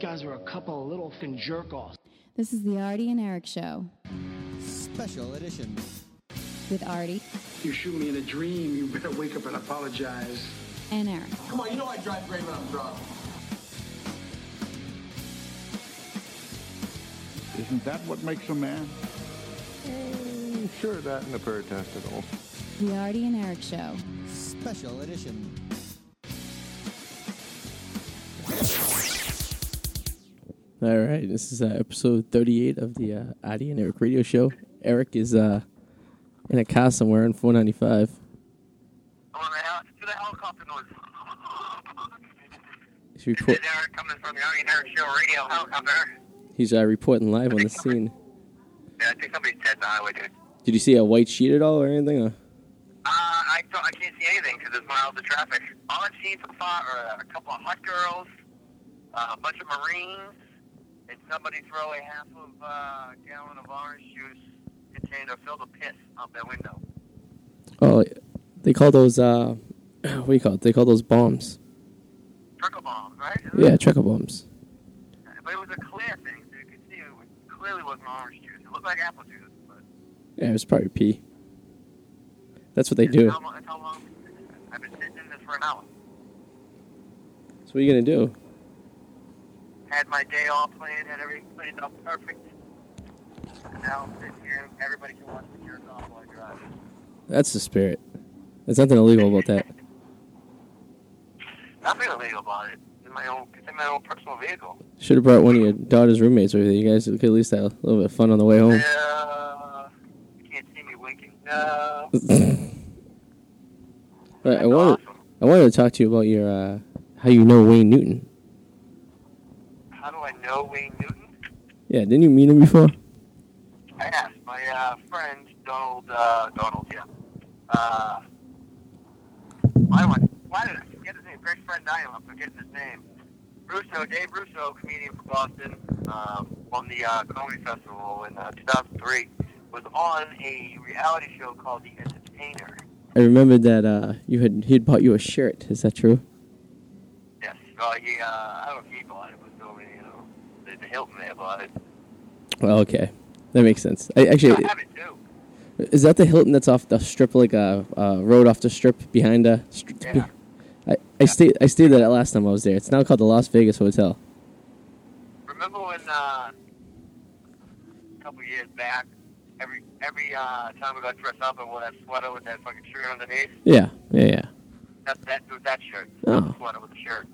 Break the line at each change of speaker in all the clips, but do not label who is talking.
guys are a couple of little fin jerk offs.
This is the Artie and Eric Show
Special edition.
with Artie
You shoot me in a dream, you better wake up and apologize.
and Eric.
Come on, you know I drive great when I'm drunk.
Isn't that what makes a man?
Sure, that and a pair of testicles.
The Artie and Eric Show.
Special edition.
All right, this is uh, episode 38 of the uh, Adi and Eric radio show. Eric is uh, in a car somewhere on 495.
Oh, the hel- do the helicopter noise.
He's, report-
Is Eric coming from the Army Air Show radio helicopter?
he's uh, reporting live on the scene.
Yeah, I think somebody's dead in the highway, dude.
Did you see a white sheet at all or anything? Or?
Uh, I, don't, I can't see anything because there's miles of traffic. All I've seen so far are a couple of hot girls, uh, a bunch of Marines, and somebody throw a half of uh, gallon of orange juice container filled with piss out their window.
Oh, they call those, uh, what do you call it? They call those bombs.
Trickle bombs, right?
Yeah, trucker bombs.
But it was a clear thing, so you could see it was, clearly wasn't orange juice. It looked like apple juice, but
Yeah, it was probably pee. That's what they do.
How, long, how long? I've been sitting in this for an hour.
So what are you going to do?
Had my day all planned, had everything planned out perfect. And now I'm sitting here, everybody can watch the jerk off while I drive.
That's the spirit. There's nothing illegal about that.
Nothing illegal about it. In my own, it's in my own personal vehicle.
Should have brought one of your daughter's roommates with you. You guys could at least have a little bit of fun on the way home.
Uh, you can't see me winking. No.
uh, But I
That's
wanted,
awesome.
I wanted to talk to you about your uh, how you know Wayne Newton.
How do I know Wayne Newton?
Yeah, didn't you meet him before?
I asked my uh, friend Donald. Uh, Donald, yeah. Uh, why, do I, why did I forget his name? Great friend I am. I'm forgetting his name. Russo, Dave Russo, comedian from Boston, um, won the uh, comedy festival in uh, 2003. Was on a reality show called The Entertainer.
I remembered that uh, you had he had bought you a shirt. Is that true?
Yes. Uh, he, uh, I don't know if he bought it, but so you know, the, the Hilton there bought it.
Well, Oh, okay, that makes sense. I,
I
actually,
have it too.
is that the Hilton that's off the strip, like a uh, uh, road off the strip behind a? Stri- be-
Yeah.
I, I stayed I stayed there that last time I was there. It's now called the Las Vegas Hotel.
Remember when uh, a couple years back, every every uh, time we got dressed up and wore that sweater with that fucking shirt underneath?
Yeah, yeah, yeah.
That that with that shirt,
Oh.
That sweater with the shirt.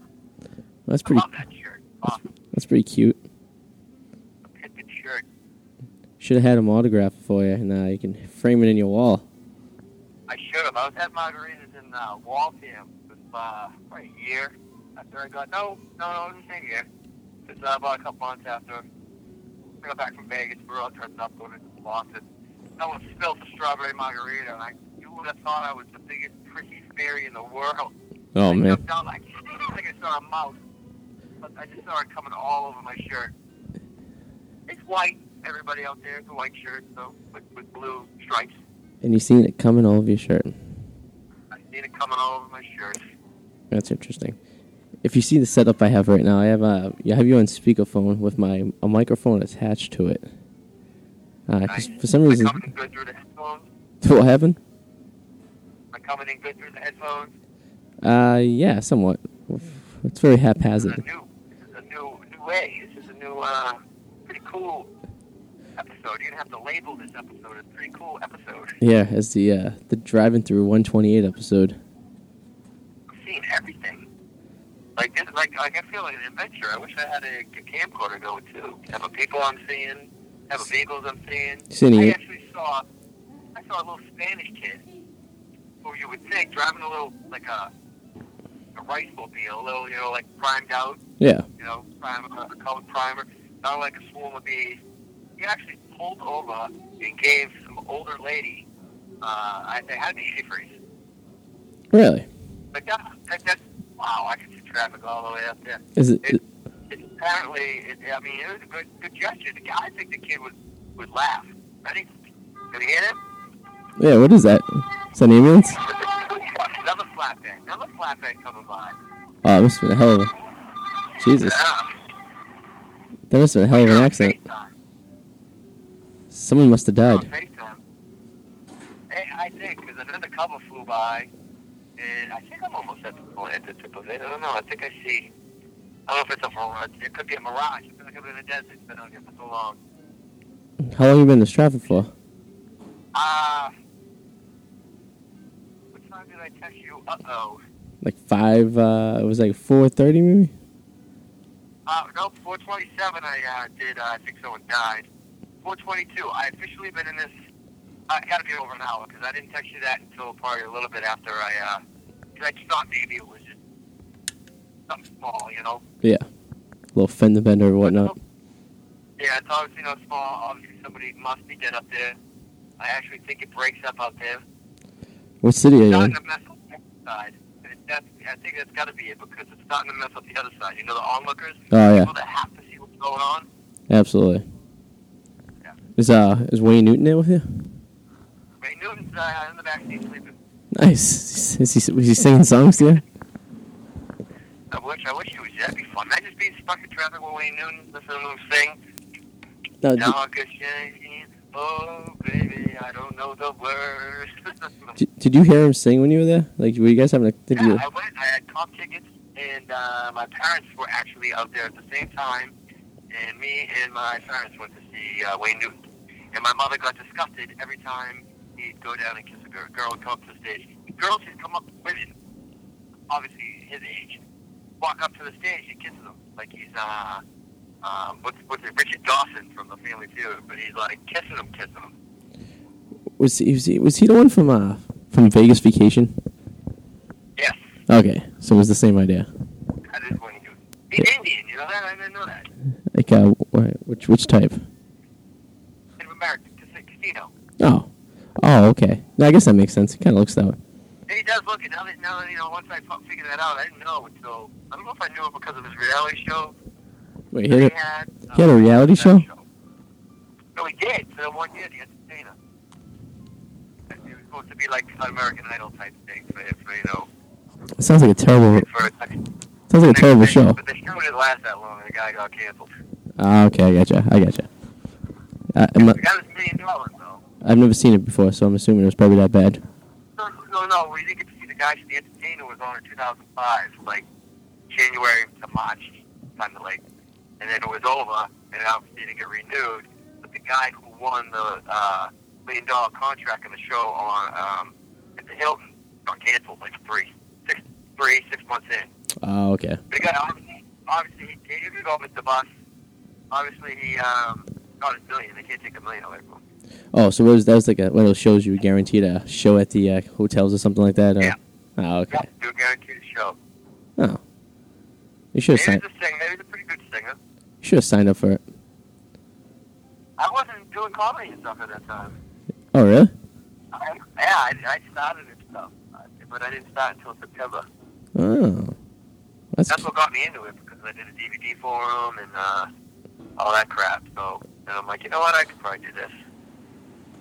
That's pretty.
I love that shirt. Awesome,
That's pretty cute.
It's a good shirt.
Should have had him autograph it for you, and uh, you can frame it in your wall.
I should have. I was at margaritas in uh, Waltham with, uh, for a year after I got. No, no, no, it was the same year. It's uh, about a couple months after. I got back from Vegas. We were all dressed up, going to Boston. Someone spilled a strawberry margarita, and I, you would have thought I was the biggest prissy fairy in the world.
Oh
I
man,
jumped out like, like I saw a mouse. But I just saw it coming all over my shirt. It's white. Everybody out there, it's a white shirt, so with, with blue stripes.
and you seen it coming all over your shirt.
I seen it coming all over my shirt.
That's interesting. If you see the setup I have right now, I have uh, I have you on speakerphone with my a microphone attached to it. Uh, 'cause
Nice.
for some
Am I
reason,
coming in good through the headphones.
what happened?
Am I coming in good through the headphones.
Uh, yeah, somewhat. It's very
This is a
haphazard.
new, this is a new, new way. This is a new, uh, pretty cool episode. You're gonna have to label this episode a pretty cool episode.
Yeah, as the uh, the driving through 128 episode.
I've seen everything. Like, this, like, like I feel like an adventure. I wish I had a, a camcorder to go to. Have a people I'm seeing. Have a vehicles I'm seeing.
Seen
I
it.
actually saw. I saw a little Spanish kid, who you would think driving a little like a a rice mobile, a little you know like primed out,
Yeah,
you know, primer, a colored primer, not like a swarm of bees. He actually pulled over and gave some older lady. Uh, I, they had to be freeze.
really.
But that, that, that's wow! I can see traffic all the way up there.
Is it?
It, it apparently, it, I mean, it was a good, good gesture. The guy, I think the kid would would laugh. Ready? Can you hear it?
Yeah. What is that? Is that an ambulance?
Another flatbed. Another flatbed coming by.
Oh, it must have been a hell of a. Jesus.
Yeah.
That must have been a hell of
You're
an
on
accent.
FaceTime.
Someone must have
You're on
died.
FaceTime. Hey, I think, because another cover flew by, and I think I'm almost at the, point, at the tip of it. I don't know. I think I see. I don't know if it's a mirage. It could be a mirage. I feel like I'm in the desert. It's been out here for so long.
How long you been in this traffic for?
Uh, what time did I text you? Uh-oh.
Like five? Uh, it was like four thirty, maybe.
Uh, no, 427 I uh, did, uh, I think someone died. 422, I officially been in this, uh, gotta be over an hour, because I didn't text you that until probably a little bit after I, uh, 'cause I just thought maybe it was just something small, you know?
Yeah, little fender bender or whatnot.
Yeah, it's obviously not small. Obviously somebody must be dead up there. I actually think it breaks up out there.
What city are
It's
you
not in
in?
the mess up the other side. It- That's, I think that's gotta be it, because it's starting to mess up the other side. You know, the onlookers?
Oh, yeah.
People that have to see what's going on?
Absolutely.
Yeah.
Is uh is Wayne Newton there with you?
Ray Newton's uh, in the backseat sleeping.
Nice. Is he was he singing songs to you?
I wish, I wish he was. That'd be fun. Imagine just being stuck in traffic with Wayne Newton, listening to him sing.
No, d-
Dark is shining. Oh, baby, I don't know the words.
d- did you hear him sing when you were there? Like were you guys having a did
yeah,
you?
I went. I had comp tickets, and uh, my parents were actually out there at the same time. And me and my parents went to see uh, Wayne Newton. And my mother got disgusted every time he'd go down and kiss a girl. Girl would come up to the stage. Girls would come up, women, obviously his age, walk up to the stage and kisses him like he's uh, um, what's what's it, Richard Dawson from The Family Feud. But he's like kissing him, kissing him.
Was he was he, was he the one from uh from Vegas Vacation?
Yes,
Okay, so it was the same idea.
that is Wayne Newton. He's Indian, you know that? I didn't know that.
Like uh, wh- which which type?
Native American, cas- casino.
Oh, oh okay. No, I guess that makes sense. It kind of looks that way.
And he does look, and now that, now that, you know, once I fu- figured that out, I didn't know until, I don't know if I knew it because of his reality show
Wait,
that
he
he
had,
had.
he had a reality
that
show?
No, he did, for the one year, the entertainer. And It was supposed to be like an American Idol type thing for, for you know,
it sounds like a terrible
for a second.
sounds like a terrible show.
But the show didn't last that long, and the guy got canceled.
Ah, okay, I gotcha. I gotcha. Uh, I, I'm not,
The guy was a million dollars, though.
I've never seen it before, so I'm assuming it was probably that bad.
No, no, no, we didn't get to see the guy, the entertainer was on in 2005, like January to March, kind of like, and then it was over, and obviously didn't get renewed. But the guy who won the uh, million dollar contract in the show on um, at the Hilton got canceled like three, six, three, six months in.
Oh, okay.
But the guy obviously, obviously he he could go with the bus. Obviously he um, got his million. They can't take a million away from him.
Oh, so it was, that was like a, one of those shows you were guaranteed a show at the uh, hotels or something like that? Or?
Yeah.
Oh, okay.
Yeah, they were guaranteed a show.
Oh. You should have
Maybe
signed,
he's a singer. Maybe he's a pretty good singer.
you should have signed up for it.
I wasn't doing comedy and stuff at that time.
Oh, really?
I, yeah, I, I started and stuff, uh, but I didn't start until September.
Oh. That's,
That's what got me into it because I did a DVD for him and uh, all that crap. So and I'm like, you know what? I could probably do this.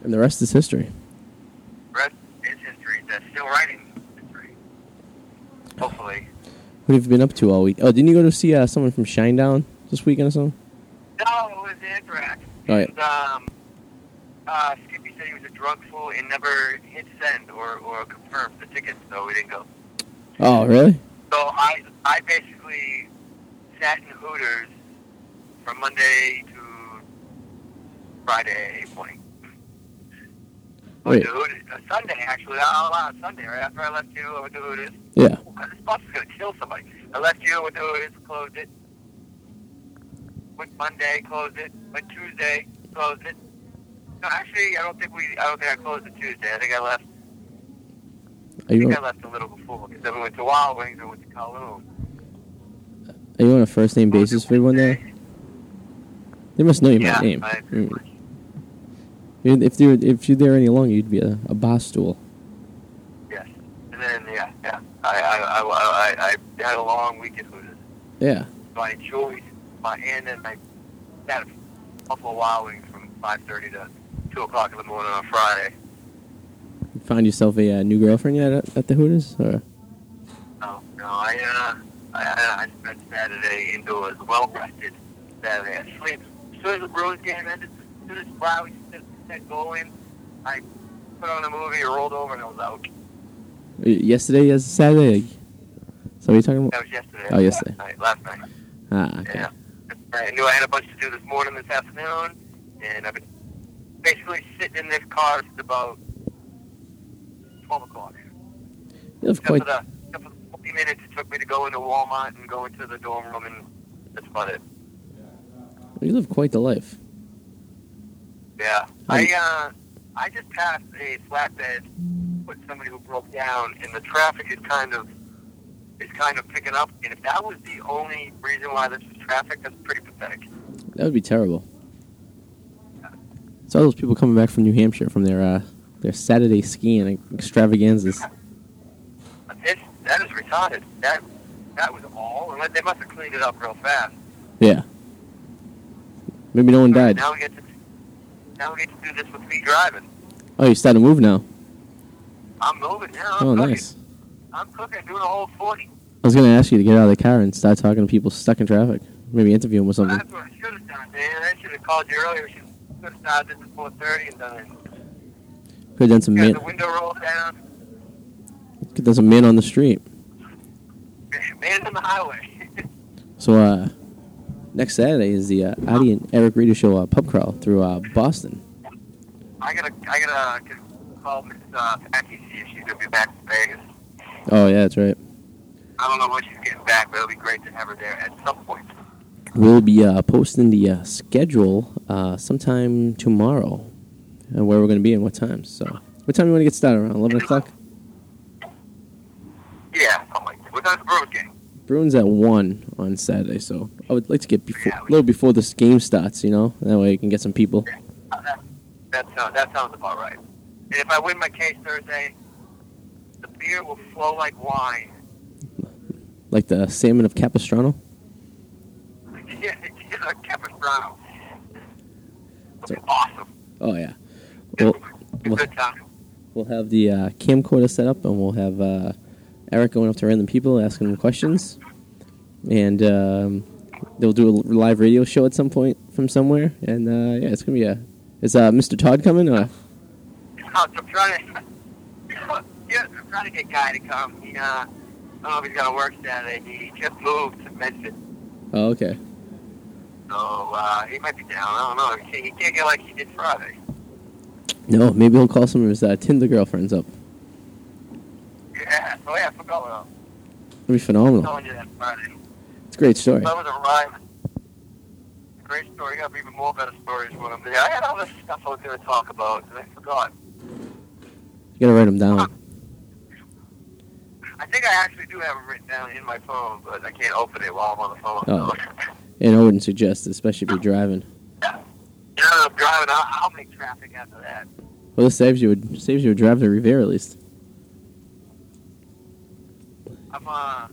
and the rest is history.
Rest is history. That's still writing history. Hopefully.
What have you been up to all week? Oh, didn't you go to see uh, someone from Shinedown this weekend or something?
No, it was Anthrax.
Oh, yeah.
And, um, uh, Skippy said he was a drunk fool and never hit send or, or confirmed the ticket, so we didn't go.
Oh, really?
So I I basically sat in Hooters from Monday to Friday morning. Went
Wait.
to Hooters, uh, Sunday actually. Oh, wow, Sunday right after I left you, I went to Hooters.
Yeah.
Oh, God, this bus is gonna kill somebody. I left you, went to Hooters, closed it. Went Monday, closed it. Went Tuesday, closed it. No, actually, I don't think we. I don't think I closed it Tuesday. I think I left.
Are
I
you,
think
on,
I left a little before because then we went to Wild Wings and went to Kowloon.
are you on a first name basis for everyone there? They must know you by name.
I-
Mm. If you if you're there any longer, you'd be a, a boss stool.
Yes. And then yeah, yeah. I I, I, I, I had a long weekend with it.
Yeah.
So I enjoyed my and then I had a couple of Wild Wings from five thirty to two o'clock in the morning on Friday.
You Found yourself a uh, new girlfriend yet at, at the Hooters? Or? uh,
Oh no, I uh I, I I spent Saturday indoors well rested. Saturday. I sleep. As soon as the Bruins game ended, as soon as Flowey said that goal in, I put on a movie, rolled over, and I was out.
Y- Yesterday is Saturday. So what are you talking
That
about?
was yesterday.
Oh, yesterday.
Last night. Last night.
Ah, okay.
Yeah. I knew I had a bunch to do this morning, this afternoon, and I've been basically sitting in this car since about 12 o'clock.
You have
Except for
quite
the, except for the 40 minutes it took me to go into Walmart and go into the dorm room, and that's about it. uh,
you live quite the life.
Yeah.
Right.
I uh, I just passed a flatbed with somebody who broke down, and the traffic is kind of is kind of picking up. And if that was the only reason why this was traffic, that's pretty pathetic.
That would be terrible. It's all those people coming back from New Hampshire from their uh, their Saturday skiing extravaganzas.
It's, that is retarded. That that was all. Unless they must have cleaned it up real fast.
Yeah. Maybe no one died.
Now we get to now we get to do this with me driving.
Oh, you started to move now.
I'm moving now. I'm
Oh,
cooking.
nice.
I'm cooking, doing a whole forty.
I was gonna ask you to get out of the car and start talking to people stuck in traffic. Maybe interview them or something.
That's what I should have done, man. I should have called you earlier. Should have started this at four thirty and done it.
Could have done some
Got
man.
the window rolled down.
Could have done some man on the street.
Man on the highway.
So uh, next Saturday is the uh, Adi and Eric Reader show uh, pub crawl through uh, Boston.
I gotta, I gotta uh, call Miss uh, Patsy see if she's gonna be back from Vegas.
Oh yeah, that's right.
I don't know when she's getting back, but it'll be great to have her there at some point.
We'll be uh, posting the uh, schedule uh, sometime tomorrow, and where we're gonna be and what time. So what time do you want to get started? Around eleven o'clock.
Yeah, something like that. Without the Bruins game.
Bruins at one on Saturday, so I would like to get before,
Yeah,
a
we-
little before this game starts. You know, that way you can get some people.
Uh, that, that sounds, that sounds about right. And if I win my case Thursday, the beer will flow like wine.
like the salmon of Capistrano.
yeah, it's like Capistrano. It'll be awesome.
Oh yeah. Well,
Be a good time.
we'll have the uh, camcorder set up, and we'll have uh, Eric going up to random people, asking them questions, and um, they'll do a l- live radio show at some point from somewhere. And uh, yeah, it's gonna be a. Is uh, Mr. Todd coming? Uh,
I'm trying to. yeah, I'm trying to get Guy to come. He, uh, I don't know if he's gonna work Saturday. He just moved to Memphis,
oh, okay.
so uh, he might be down. I don't know. He can't, he can't get like he did Friday.
No, maybe he'll call some of his uh, Tinder girlfriends up.
Yeah. Oh yeah, I forgot what I was
It'll be phenomenal.
telling you that Friday.
It's a great story.
That was a rhyme. Great story. I have even more better stories when I'm there. I had all this stuff I was gonna talk about, and I forgot.
You gotta write them down.
I think I actually do have it written down in my phone, but I can't open it while I'm on the phone.
Oh.
So.
And I wouldn't suggest, it, especially if you're driving.
You know, I'm driving. I'll, I'll make traffic after that.
Well, this saves you a, saves you a drive to Revere at least.
I'm uh, I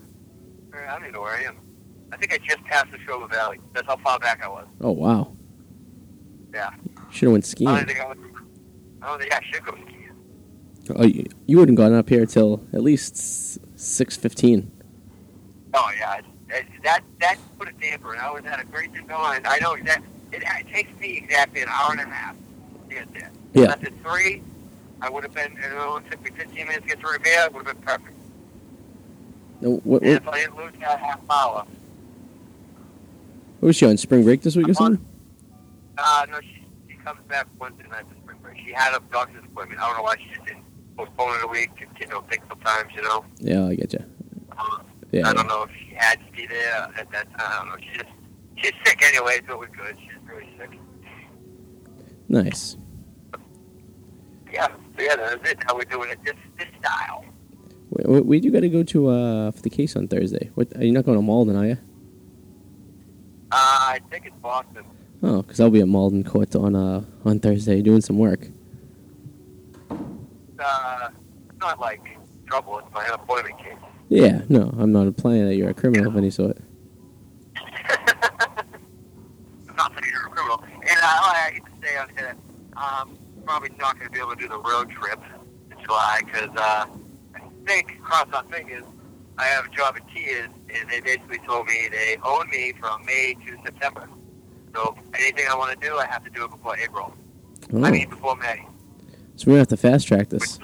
don't even know where I am. I think I just passed the Shoba Valley. That's how far back I was.
Oh wow.
Yeah.
Should have went
I
skiing.
don't even think I was. I don't think I should go skiing.
Oh, you, you wouldn't gotten up here till at least six fifteen.
Oh yeah, that that, that put a damper. And I was at a great thing going. I know exactly. It, it takes me exactly an hour and a half to get there.
Yeah.
If I did three, I would have been. It only took me 15 minutes to get to Revere. It would have been perfect.
Now, What,
And
what,
if I didn't lose that half hour,
what was she on spring break this week or something?
Uh, no, she, she comes back Wednesday night for spring break. She had a doctor's appointment. I don't know why she just didn't postpone it a week. You know, think sometimes, you know.
Yeah, I getcha.
Um,
Yeah,
I don't know if she had to be there at that time. I don't know. She's, she's sick anyway, so we're good. She's really sick.
nice.
Yeah, so yeah, that's it. How we're doing it this, this style.
Where, where, where do you got to go to uh, for the case on Thursday? What, are you not going to Malden, are you?
Uh, I think it's Boston.
Oh, because I'll be at Malden Court on uh, on Thursday doing some work.
Uh, it's not like trouble. It's my unemployment case.
Yeah, no, I'm not implying that you're a criminal of any sort.
I'm not saying you're a criminal. And I, I hate to say on that, um, probably not going to be able to do the road trip in July because uh, I think, cross my fingers, I have a job at Tia's, and they basically told me they own me from May to September. So anything I want to do, I have to do it before April.
Oh.
I mean, before May,
So we're gonna have to fast track this.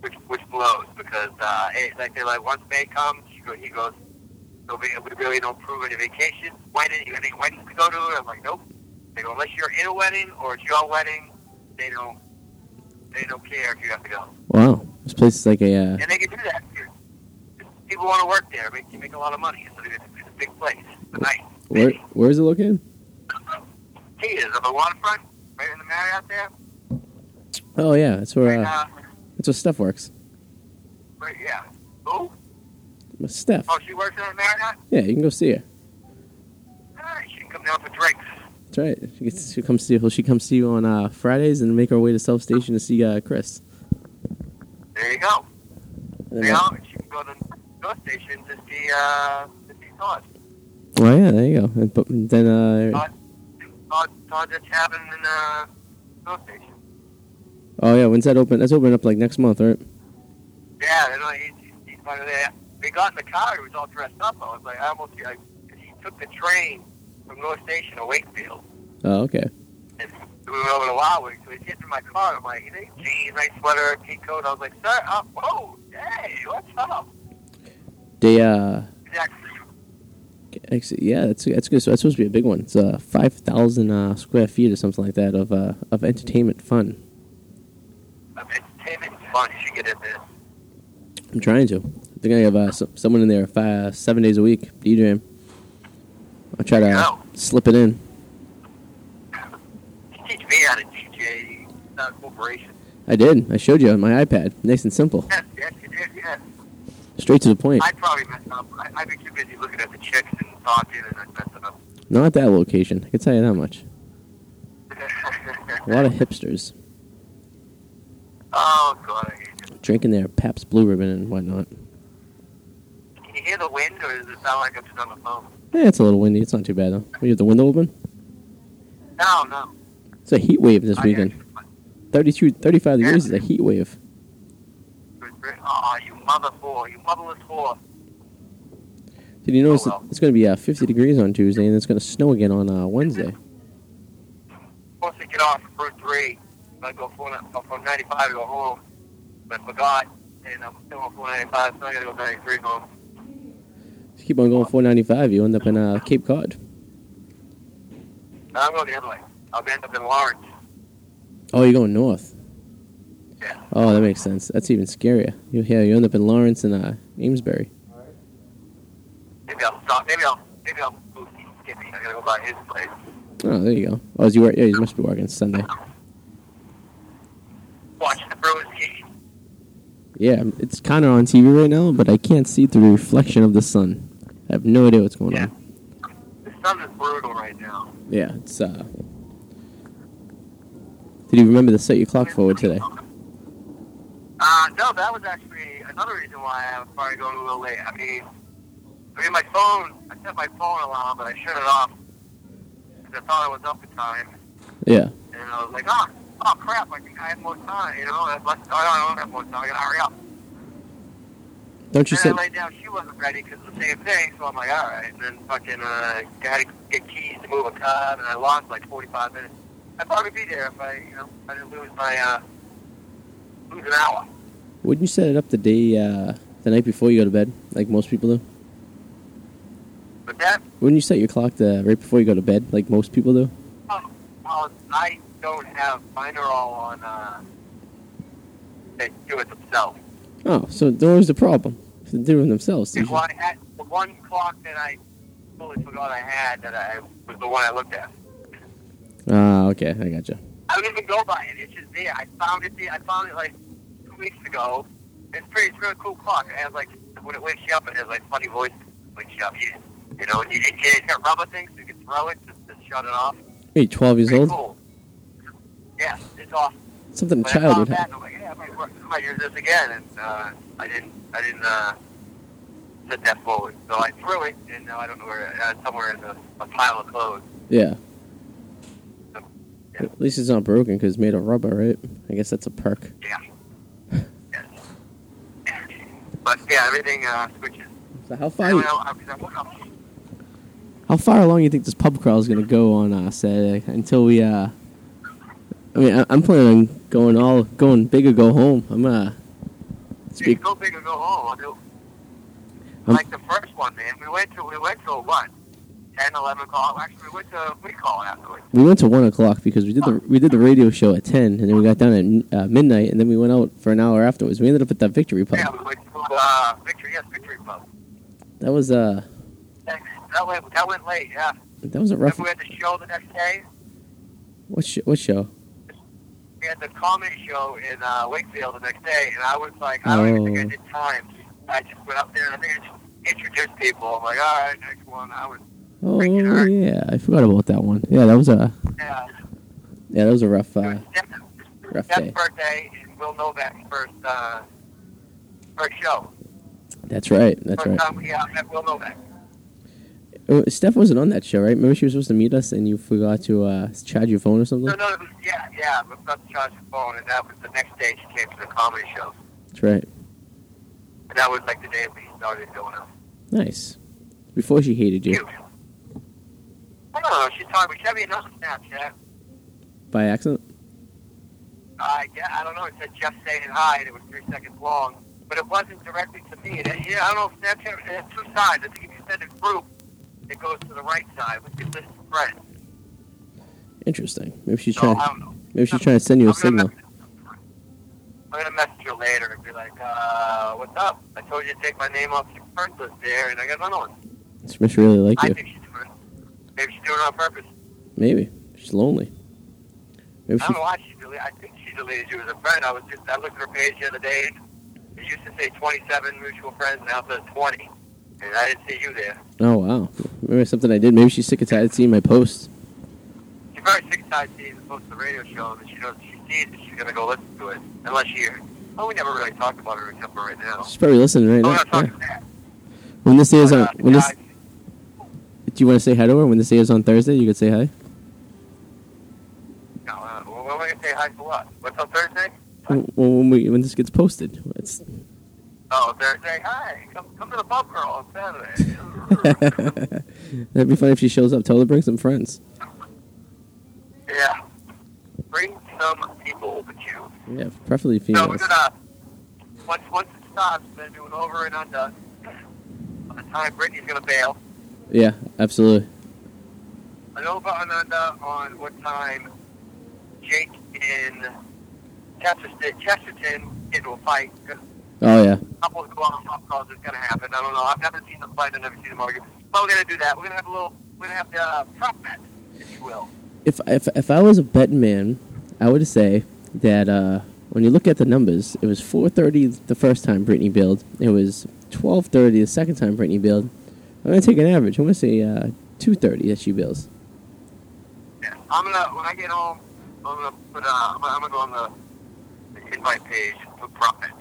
which which blows because uh, it, like they're like once May comes, he go- he goes, no, we we really don't prove any vacation. Wedding, you got any weddings to go to? I'm like, nope. They go unless you're in a wedding or it's your wedding, they don't they don't care if you have to go.
Wow, this place is like a uh,
And they can do that. People want to work there. Make, you make a lot of money. It's a, it's a big place. It's a nice.
where
city.
where is it located?
Hey, is on the waterfront, right in the Marriott there.
Oh yeah, that's
Right
where uh,
now,
that's where Steph works.
right, yeah. Oh,
Steph.
oh, she works in the Marriott.
Yeah, you can go see her.
Ah, she can come down for drinks.
That's right. She gets she comes see she comes see you on uh, Fridays and make our way to South Station to see uh, Chris.
There you
And
go.
uh, then-
Yeah, and she can go to the ghost station to see uh to see Todd.
Oh yeah, there you go. And, but then uh,
Todd, Todd, Todd just having in uh ghost station.
oh yeah, when's that open? That's opening up like next month, right?
Yeah, you know, he, he, he's finally there. We got in the car. He was all dressed up. I was like, I almost I, he took the train from North Station to Wakefield.
Oh okay.
And we went over to Wildwood. So he's getting in my car. I'm like, you know, jeans, nice sweater, pink coat. I was like, sir, uh, whoa, hey, what's up?
They uh,
Exactly.
actually, yeah, that's that's good. So that's supposed to be a big one. It's uh five thousand uh, square feet or something like that of uh of entertainment fun.
I'm entertainment fun. You should get in there.
I'm trying to. They're gonna have uh, so, someone in there five, seven days a week DJing. I'll try to uh,
Wow.
slip it in.
You teach me how to DJ, not a uh, corporation.
I did. I showed you on my iPad. Nice and simple.
Yes, yes, you did, yes.
Straight to the point.
I probably messed up. I, I've been too busy looking at the chicks and talking, and I messed it up.
Not that location. I can tell you that much. A lot of hipsters
oh, God, I hate it.
drinking their Pabst Blue Ribbon and whatnot.
Can you hear the wind, or does it sound like I'm just on the phone?
Eh, it's a little windy. It's not too bad though. We have the window open.
No, no.
It's a heat wave this
I
weekend.
heard you.
32, 35 degrees is a heat wave.
Oh, you mother whore, you motherless whore.
Did you notice
Oh, well.
that it's going to be uh, 50 degrees on Tuesday and it's going to snow again on uh, Wednesday?
Supposed to get off at Route 3. I go four, from 95 to go home, but forgot, and I'm still on 495, so I gotta go 93 home.
If you keep on going 495, you end up in uh, Cape Cod.
No, I'm going the other way. I'll end up in Lawrence.
Oh, you're going north.
Yeah.
Oh, that makes sense. That's even scarier. You yeah, you end up in Lawrence and uh, Amesbury.
Maybe I'll stop. Maybe I'll maybe I'll move to Skippy. I gotta go by his place.
Oh, there you go. Oh, is you work? Yeah, you must be working Sunday.
Watch the Bruins game.
Yeah, it's kind of on TV right now, but I can't see through the reflection of the sun. I have no idea what's going
Yeah.
on.
The sun is brutal right now.
Yeah, it's uh. Did you remember to set your clock forward today?
Uh, no, that was actually another reason why I was probably going a little late. I mean, I mean, my phone. I set my phone alarm, but I shut it off because I thought I was up in time,
Yeah.
and I was like, oh, oh crap! I think I have more time. You know, I, must, oh, no, I don't have more time. I gotta hurry up.
Don't you
and
set?
I laid down. She wasn't ready because the same thing. So I'm like, all right. And then fucking uh, got to get keys to move a car, and I lost like 45 minutes. I'd probably be there if I, you know, I didn't lose my uh, lose an hour.
Wouldn't you set it up the day, uh, the night before you go to bed, like most people do?
But that,
Wouldn't you set your clock the right before you go to bed, like most people do?
oh, oh, I don't have mine are all on. Uh, they do it themselves.
Oh, so there was the problem. If They're doing it themselves. you
Well, I had the one clock that I totally forgot I had that I was the one I looked at.
should- Ah, okay, I gotcha.
I don't even go by it. It's just there. I found it. There. I found it like two weeks ago. It's pretty. It's a really cool clock. It has like when it wakes you up, it has like funny voice wakes you up. You, you know, you, it, it's got rubber things so you can throw it to, to shut it off.
Are you 12 years
Pretty
old?
cool. Yeah, it's awesome.
Something a
When I
child
found
would
that,
have.
I'm like, yeah, I might, work- I might use this again, and uh, I didn't. I didn't uh, set that forward, so I threw it, and now I don't know where. Uh, somewhere in a, a pile of clothes.
Yeah.
Yeah.
At least it's not broken because it's made of rubber, right? I guess that's a perk.
Yeah. Yes. But yeah, everything uh, switches.
So how
I
far
don't
you,
know, I, 'cause I woke up-
how How far along you think this pub crawl is going to go on uh, Saturday until we? Uh, I mean, I, I'm planning on going all going big or go home. I'm uh,
You
speak.
can go big or go home. I'll do.
Um,
like the first one, man. We went to we went to what? 10, 11 o'clock. Actually, we went to we call afterwards.
We went to one o'clock because we did the we did the radio show at ten, and then we got down at uh, midnight, and then we went out for an hour afterwards. We ended up at that Victory Pub.
Yeah, we went to uh, Victory. Yes, Victory Pub.
That was uh,
That went that went late. Yeah.
that was a rough.
Remember we had the show the next day.
What sh- what show?
We had the comedy show in uh, Wakefield the next day, and I was like, I don't even think I
Oh.
did time. I just went up there and I think I just introduced people. I'm like, all right, next one. I was
Oh
Freaking hurt.
yeah, I forgot about that one. Yeah, that was a
yeah.
yeah, that was a rough
It
uh,
was Steph's,
rough
Steph's
day.
birthday and Will Novak's first uh, first show.
That's right. That's right.
first time we uh, met Will Novak.
Oh, Steph wasn't on that show, right? Remember she was supposed to meet us, and you forgot to uh, charge your phone or something.
No, no, it was, yeah, yeah. We got to charge the phone, and that was the next day she came to the comedy show.
That's right.
And that was like the day we started doing it.
Nice. Before she hated you
Huge. I don't know. She told me, sent me another Snapchat.
by accident.
I Uh, yeah, I don't know. It said Jeff saying hi, and it was three seconds long, but it wasn't directly to me. And, yeah, I don't know. Snapchat it has two sides. I think if you send a group, it goes to the right side with your list of friends.
Interesting. Maybe she's
So
trying.
I don't know.
Maybe she's trying to send you a
I'm gonna
signal.
mess- I'm gonna message her later and be like, uh, "What's up? I told you to take my name off your first list there, and I got another one.
She must really like
I
you.
think she's doing it. Maybe she's doing it on purpose.
Maybe she's lonely. Maybe
I
she.
don't know why she deleted. I think she deleted you as a friend. I was just I looked at her page the other day. It used to say 27 mutual friends, now it says 20, and I didn't see you there.
Oh wow. Maybe it's something I did. Maybe she's sick and tired of seeing my posts.
She probably six times sees and posts the radio show, and she knows she sees it. She's gonna go listen to it, unless she hears. Oh, we never really talked about her except for right now.
She's probably listening right
Oh,
now.
no, talk
Yeah.
to that.
When this airs on,
Uh,
when this,
guys,
do you want to say hi to her? When this airs on Thursday, you could say hi.
no, uh, well, what am I gonna say hi to what? What's on Thursday?
When, when we when this gets posted, it's
Oh, Thursday. Hi, come come to the pub girl on Saturday.
That'd be funny if she shows up. Tell her to bring some friends.
yeah, bring some people with you.
Yeah, preferably
So we're
females.
gonna once once it stops, then do an over and under. By the time Brittany's gonna bail,
Yeah, absolutely.
an over and under on what time Jake in Chesterton, Chesterton get into a fight. A
Oh yeah,
couple of go on pop calls is gonna happen. I don't know. I've never seen them fight. I've never seen them argue. But we're gonna do that. We're gonna have a little. We're gonna have the uh, prop match, if you will.
if if if I was a betting man, I would say that uh, when you look at the numbers, it was 4:30 the first time Brittany bailed. It was 12:30 the second time Brittany bailed. I'm gonna take an average. I'm gonna say uh, 2:30 that she bails.
Yeah. I'm gonna when I get home, I'm gonna put. Uh, I'm, gonna, I'm gonna go on the, the invite page and put prop match.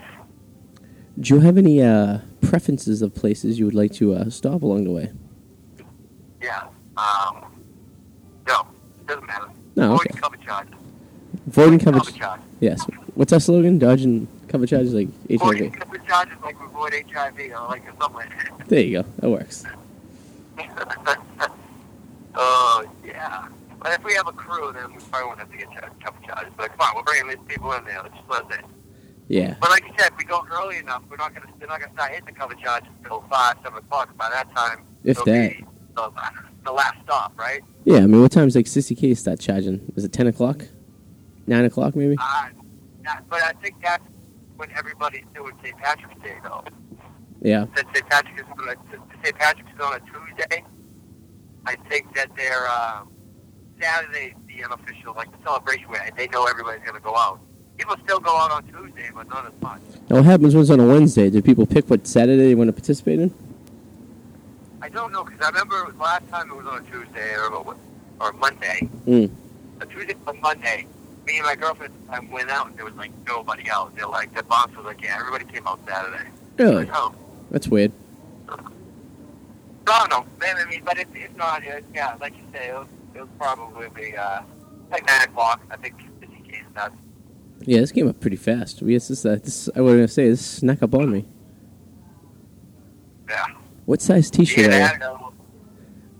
Do you have any uh, preferences of places you would like to uh, stop along the way?
Yeah. Um, no, doesn't matter.
No,
Avoid
okay.
cover charge.
Voiding cover.
Cover charge.
Yes. What's our slogan? Dodge and cover charges like
Avoid
HIV.
cover charge is like avoid HIV or like or something like
There you go. That works.
that. Oh, yeah. But if we have a crew, then we probably won't have to get charged, cover charges. But come on, we're bringing these people in there. Let's just let it.
Yeah.
But like you said, if we go early enough, we're not gonna they're not gonna start hitting the cover charges until five, seven o'clock. By that time,
If
it'll
that.
be the, the last stop, right?
Yeah, I mean, what time's like 60K start charging? Is it 10 o'clock? 9 o'clock, maybe?
Uh, that, but I think that's what everybody's doing St. Patrick's Day, though.
Yeah.
Since St. Patrick's is on a, since St. Patrick's is on a Tuesday, I think that their uh, Saturday's the unofficial like the celebration where they know everybody's going to go out. People still go out on Tuesday, but not as much.
Now, what happens when it's on a Wednesday? Do people pick what Saturday they want to participate in?
I don't know because I remember last time it was on a Tuesday or a- or a Monday.
Mm.
A Tuesday or Monday. Me and my girlfriend at the time went out, and there was like nobody out. They're like, the boss was like, "Yeah, everybody came out Saturday."
Really?
Oh.
That's weird.
No, no, man, I mean, but if, if not, it, yeah, like you say, it'll, it'll probably be uh, like 9 o'clock, I think, if you can. That's,
Yeah, this came up pretty fast. We, it's just, uh, this, I was going to say, this snuck up on me.
yeah.
What size t shirt
Either
are you? uh,
that or-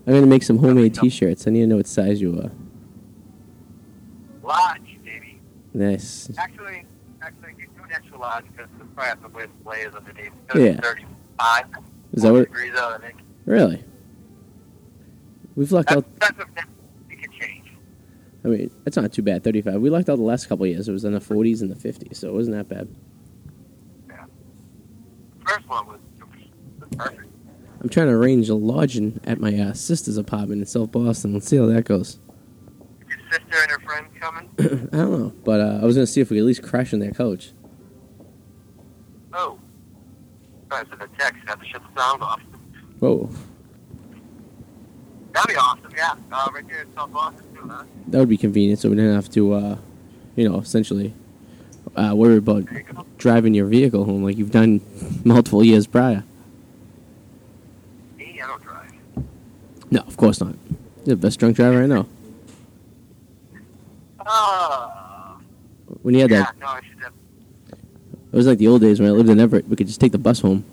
I'm gonna make some homemade T-shirts. I need to know what size you are.
Large, baby.
Nice.
Actually, actually, you do an extra large because the probably have to wear some layers underneath. It's
Yeah.
35
Is that what?
degrees out, I think.
Really? We've lucked
That's,
out.
that's what it can change.
I mean, that's not too bad. 35. We lucked out the last couple of years. It was in the 40s and the 50s, so it wasn't that bad.
First one was was perfect.
I'm trying to arrange a lodging at my uh, sister's apartment in South Boston. Let's see how that goes.
Your sister and her friend coming?
I don't know, but uh, I was gonna see if we could at least crash on their couch.
Oh. Sorry for the text. I have to shut the sound off.
Whoa,
That'd be awesome, yeah. Uh, right here in South Boston, too, huh?
that would be convenient, so we didn't have to, uh, you know, essentially uh, worry about
There you go.
driving your vehicle home like you've done multiple years prior.
Me, I don't drive.
No, of course not. You're the best drunk driver I know.
Oh.
When you had
yeah,
that,
no, I should have.
it was like the old days when I lived in Everett. We could just take the bus home.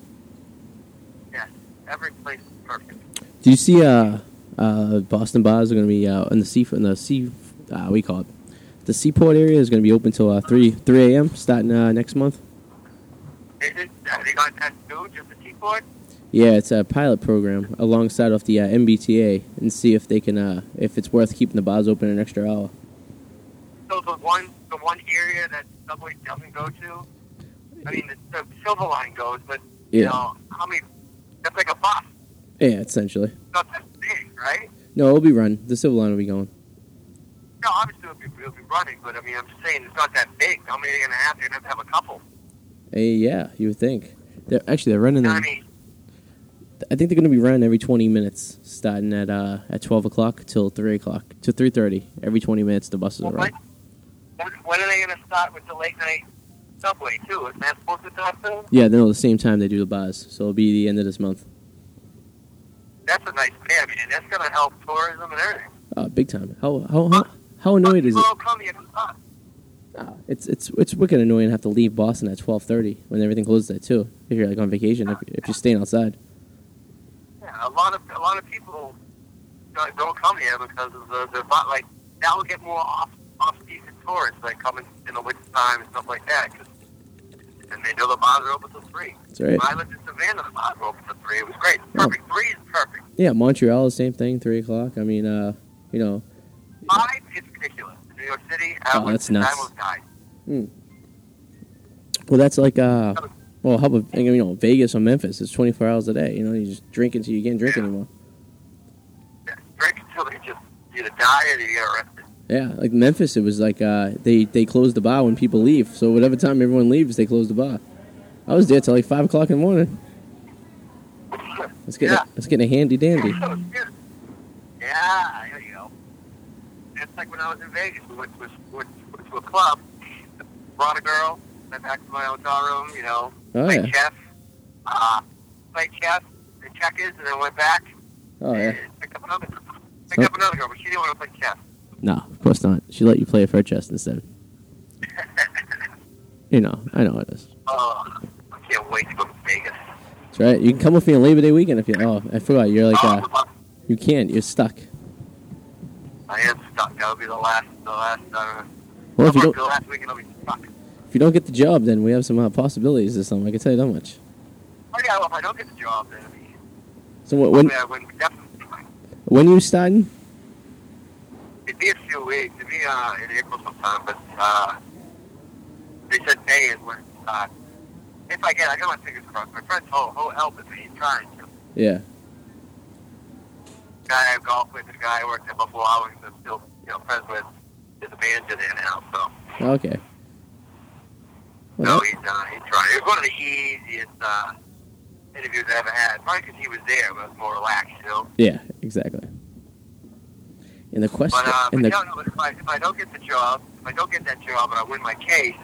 Yeah, every place is perfect.
Do you see uh, uh, Boston bars are going to be uh, in the sea in the sea uh, we call it the seaport area is going to be open till uh, three three a.m. starting uh, next month.
Is it, have they got that food, just a teapot?
Yeah, it's a pilot program alongside of the uh, MBTA and see if they can uh, if it's worth keeping the bars open an extra hour.
So the one, the one area that Subway doesn't go to, I mean, the, the Silver Line goes, but, you
Yeah.
know, how many, that's like a bus.
Yeah, essentially.
It's not that big, right?
No, it'll be run. The civil line will be going.
No, obviously it'll be, it'll be running, but I mean, I'm just saying it's not that big. How many are you going to have? You're going to have to have a couple.
Eh, yeah, you would think. They're, actually, they're running
You know
them.
what I mean?
I think they're going to be running every 20 minutes, starting at uh, at 12 o'clock till 3 o'clock to 3:30. Every 20 minutes, the buses are
Well,
running.
When, when are they going to start with the late night subway too? Isn't that supposed to start soon?
Yeah, they're the same time they do the bars, so it'll be the end of this month.
That's a nice plan, man. That's going to help tourism and everything.
Uh, big time. How how how, how annoyed is Oh, it?
People come here to start.
Ah, It's it's it's wicked annoying to have to leave Boston at 12:30 when everything closes at two. If you're like on vacation, if, if you're staying outside.
Yeah, a lot of a lot of people don't, don't come here because of the, the but like that will get more off off season tourists like coming in the winter time and stuff like that. 'cause- and they know the bars are open till three.
That's right. Oh.
I lived in Savannah, the bars were open till three. It was great. Perfect. Three is perfect.
Yeah, Montreal, same thing, three o'clock. I mean, uh, you know,
Five is ridiculous. In New York City, I
Oh,
was,
that's nuts.
I almost died.
well, that's like uh, well, how about you know Vegas or Memphis? It's 24 hours a day. You know, you just drink until you can't drink anymore.
drink until they just either die or you get arrested.
Yeah, like Memphis, it was like uh, they they close the bar when people leave. So whatever time everyone leaves, they close the bar. I was there till like five o'clock in the morning. Let's get
Yeah.
let's get a handy dandy.
So, yeah. Oh, yeah, there you go. It's like when I was in Vegas, we went to a, went, went to a club, brought a girl, went back to my hotel room, you know,
Oh
played
yeah,
chess, uh, played chess, and checkers, and then went back
oh yeah. Oh.
and picked up another girl. Picked up another girl, but she didn't want to play chess.
No, of course not. She let you play a fair chest instead. you know, I know it is.
Oh, I can't wait to go to Vegas.
That's right. You can come with me on Labor Day weekend if you. Oh, I forgot. You're like
oh,
uh,
I would love-
you can't. You're stuck.
I am stuck. That would be the last, the last, uh,
Well, if you don't
the last weekend I'll be stuck.
if you don't get the job, then we have some uh, possibilities this summer. I can tell you that much.
Oh yeah, well, if I don't get the job, then I mean,
So what, when
I mean, I wouldn't definitely.
when are you starting?
It'd be a few weeks. It'd be uh, in April sometime, but uh, they said May is when it's not. If I get, I got my fingers crossed. My friend's whole whole help is me. He's trying to.
Yeah.
The guy I golf with, the guy I worked at Buffalo Hours, I'm still you know friends with, is a manager there now. So
Okay.
no,
Well,
he's uh, he's trying. It was one of the easiest uh, interviews I ever had. Probably because he was there, but it was more relaxed, you know.
yeah, exactly. And the question
But, uh, but
and
no,
the
no, but if I, if I don't get the job, if I don't get that job and I win my case,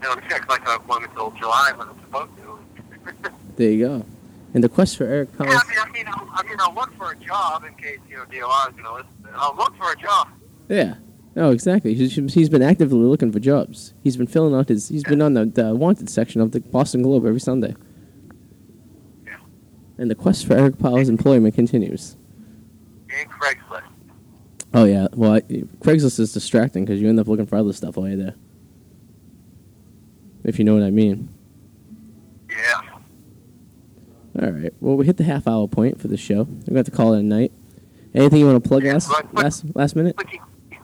then I'm just going to collect my employment until July when I'm supposed to.
there you go. And the quest for Eric
yeah,
Powers.
I mean, I mean, I'll, I mean, I'll look for a job in case, you know, DOR is going to listen. I'll look for a job.
Yeah. No, exactly. He's, he's been actively looking for jobs. He's been filling out his. He's been on the, the wanted section of the Boston Globe every Sunday.
Yeah.
And the quest for Eric Powell's employment continues.
and Craigslist.
Oh yeah. Well, I, Craigslist is distracting because you end up looking for other stuff while you're there. If you know what I mean.
Yeah.
All right. Well, we hit the half hour point for the show. We're gonna have to call it a night. Anything you want to plug
Yeah,
last
but- but-
last last minute?
But you, uh,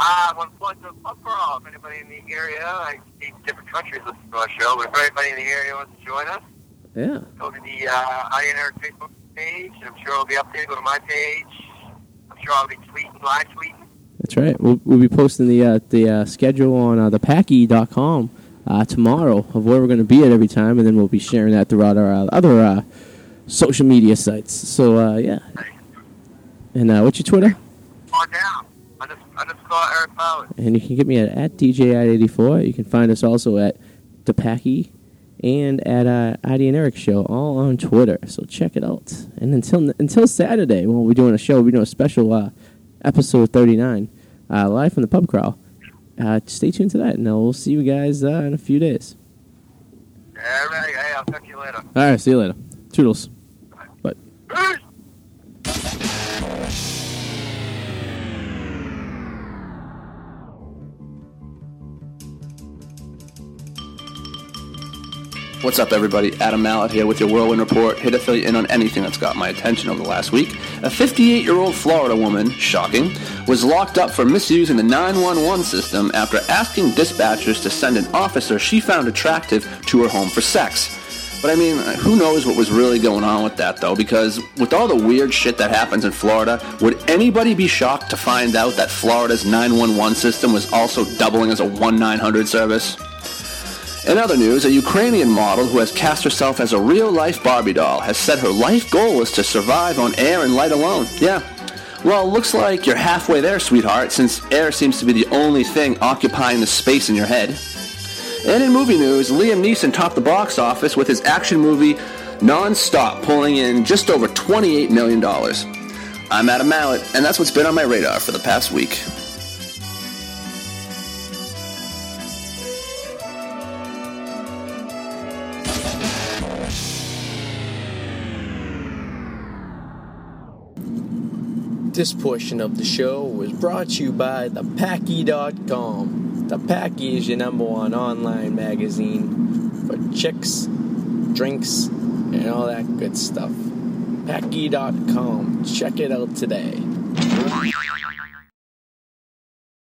I want to plug the club for all. If anybody in the area, I see different countries listen to our show, but if anybody in the area wants to join us,
Yeah.
go to the uh, Iron Eric Facebook page, and I'm sure it'll be updated. Go to my page. I'm sure I'll be tweeting, live tweeting.
That's right. We'll, we'll be posting the uh, the uh, schedule on uh, thepacky.com uh, tomorrow of where we're going to be at every time, and then we'll be sharing that throughout our uh, other uh, social media sites. So uh, yeah. And uh, what's your Twitter?
Or down. Unders- Underscore Eric Powers.
And you can get me at, at DJI84. You can find us also at Depaki and at uh, Adi and Eric Show, all on Twitter. So check it out. And until until Saturday, when we're doing a show, we're doing a special uh, episode 39, uh, live from the pub crawl. Uh, stay tuned to that, and uh, we'll see you guys uh, in a few days.
All right. Hey, I'll talk to you later.
All right, see you later. Toodles. Bye.
Peace.
What's up, everybody? Adam Mallet here with your Whirlwind Report, here to fill you in on anything that's got my attention over the last week. A 58-year-old Florida woman, shocking, was locked up for misusing the 911 system after asking dispatchers to send an officer she found attractive to her home for sex. But I mean, who knows what was really going on with that though? Because with all the weird shit that happens in Florida, would anybody be shocked to find out that Florida's 911 system was also doubling as a 1-900 service? In other news, a Ukrainian model who has cast herself as a real-life Barbie doll has said her life goal is to survive on air and light alone. Yeah. Well, looks like you're halfway there, sweetheart, since air seems to be the only thing occupying the space in your head. And in movie news, Liam Neeson topped the box office with his action movie Non-Stop, pulling in just over $28 million. I'm Adam Mallet, and that's what's been on my radar for the past week.
This portion of the show was brought to you by ThePacky.com. The Packy is your number one online magazine for chicks, drinks, and all that good stuff. Packy.com. Check it out today.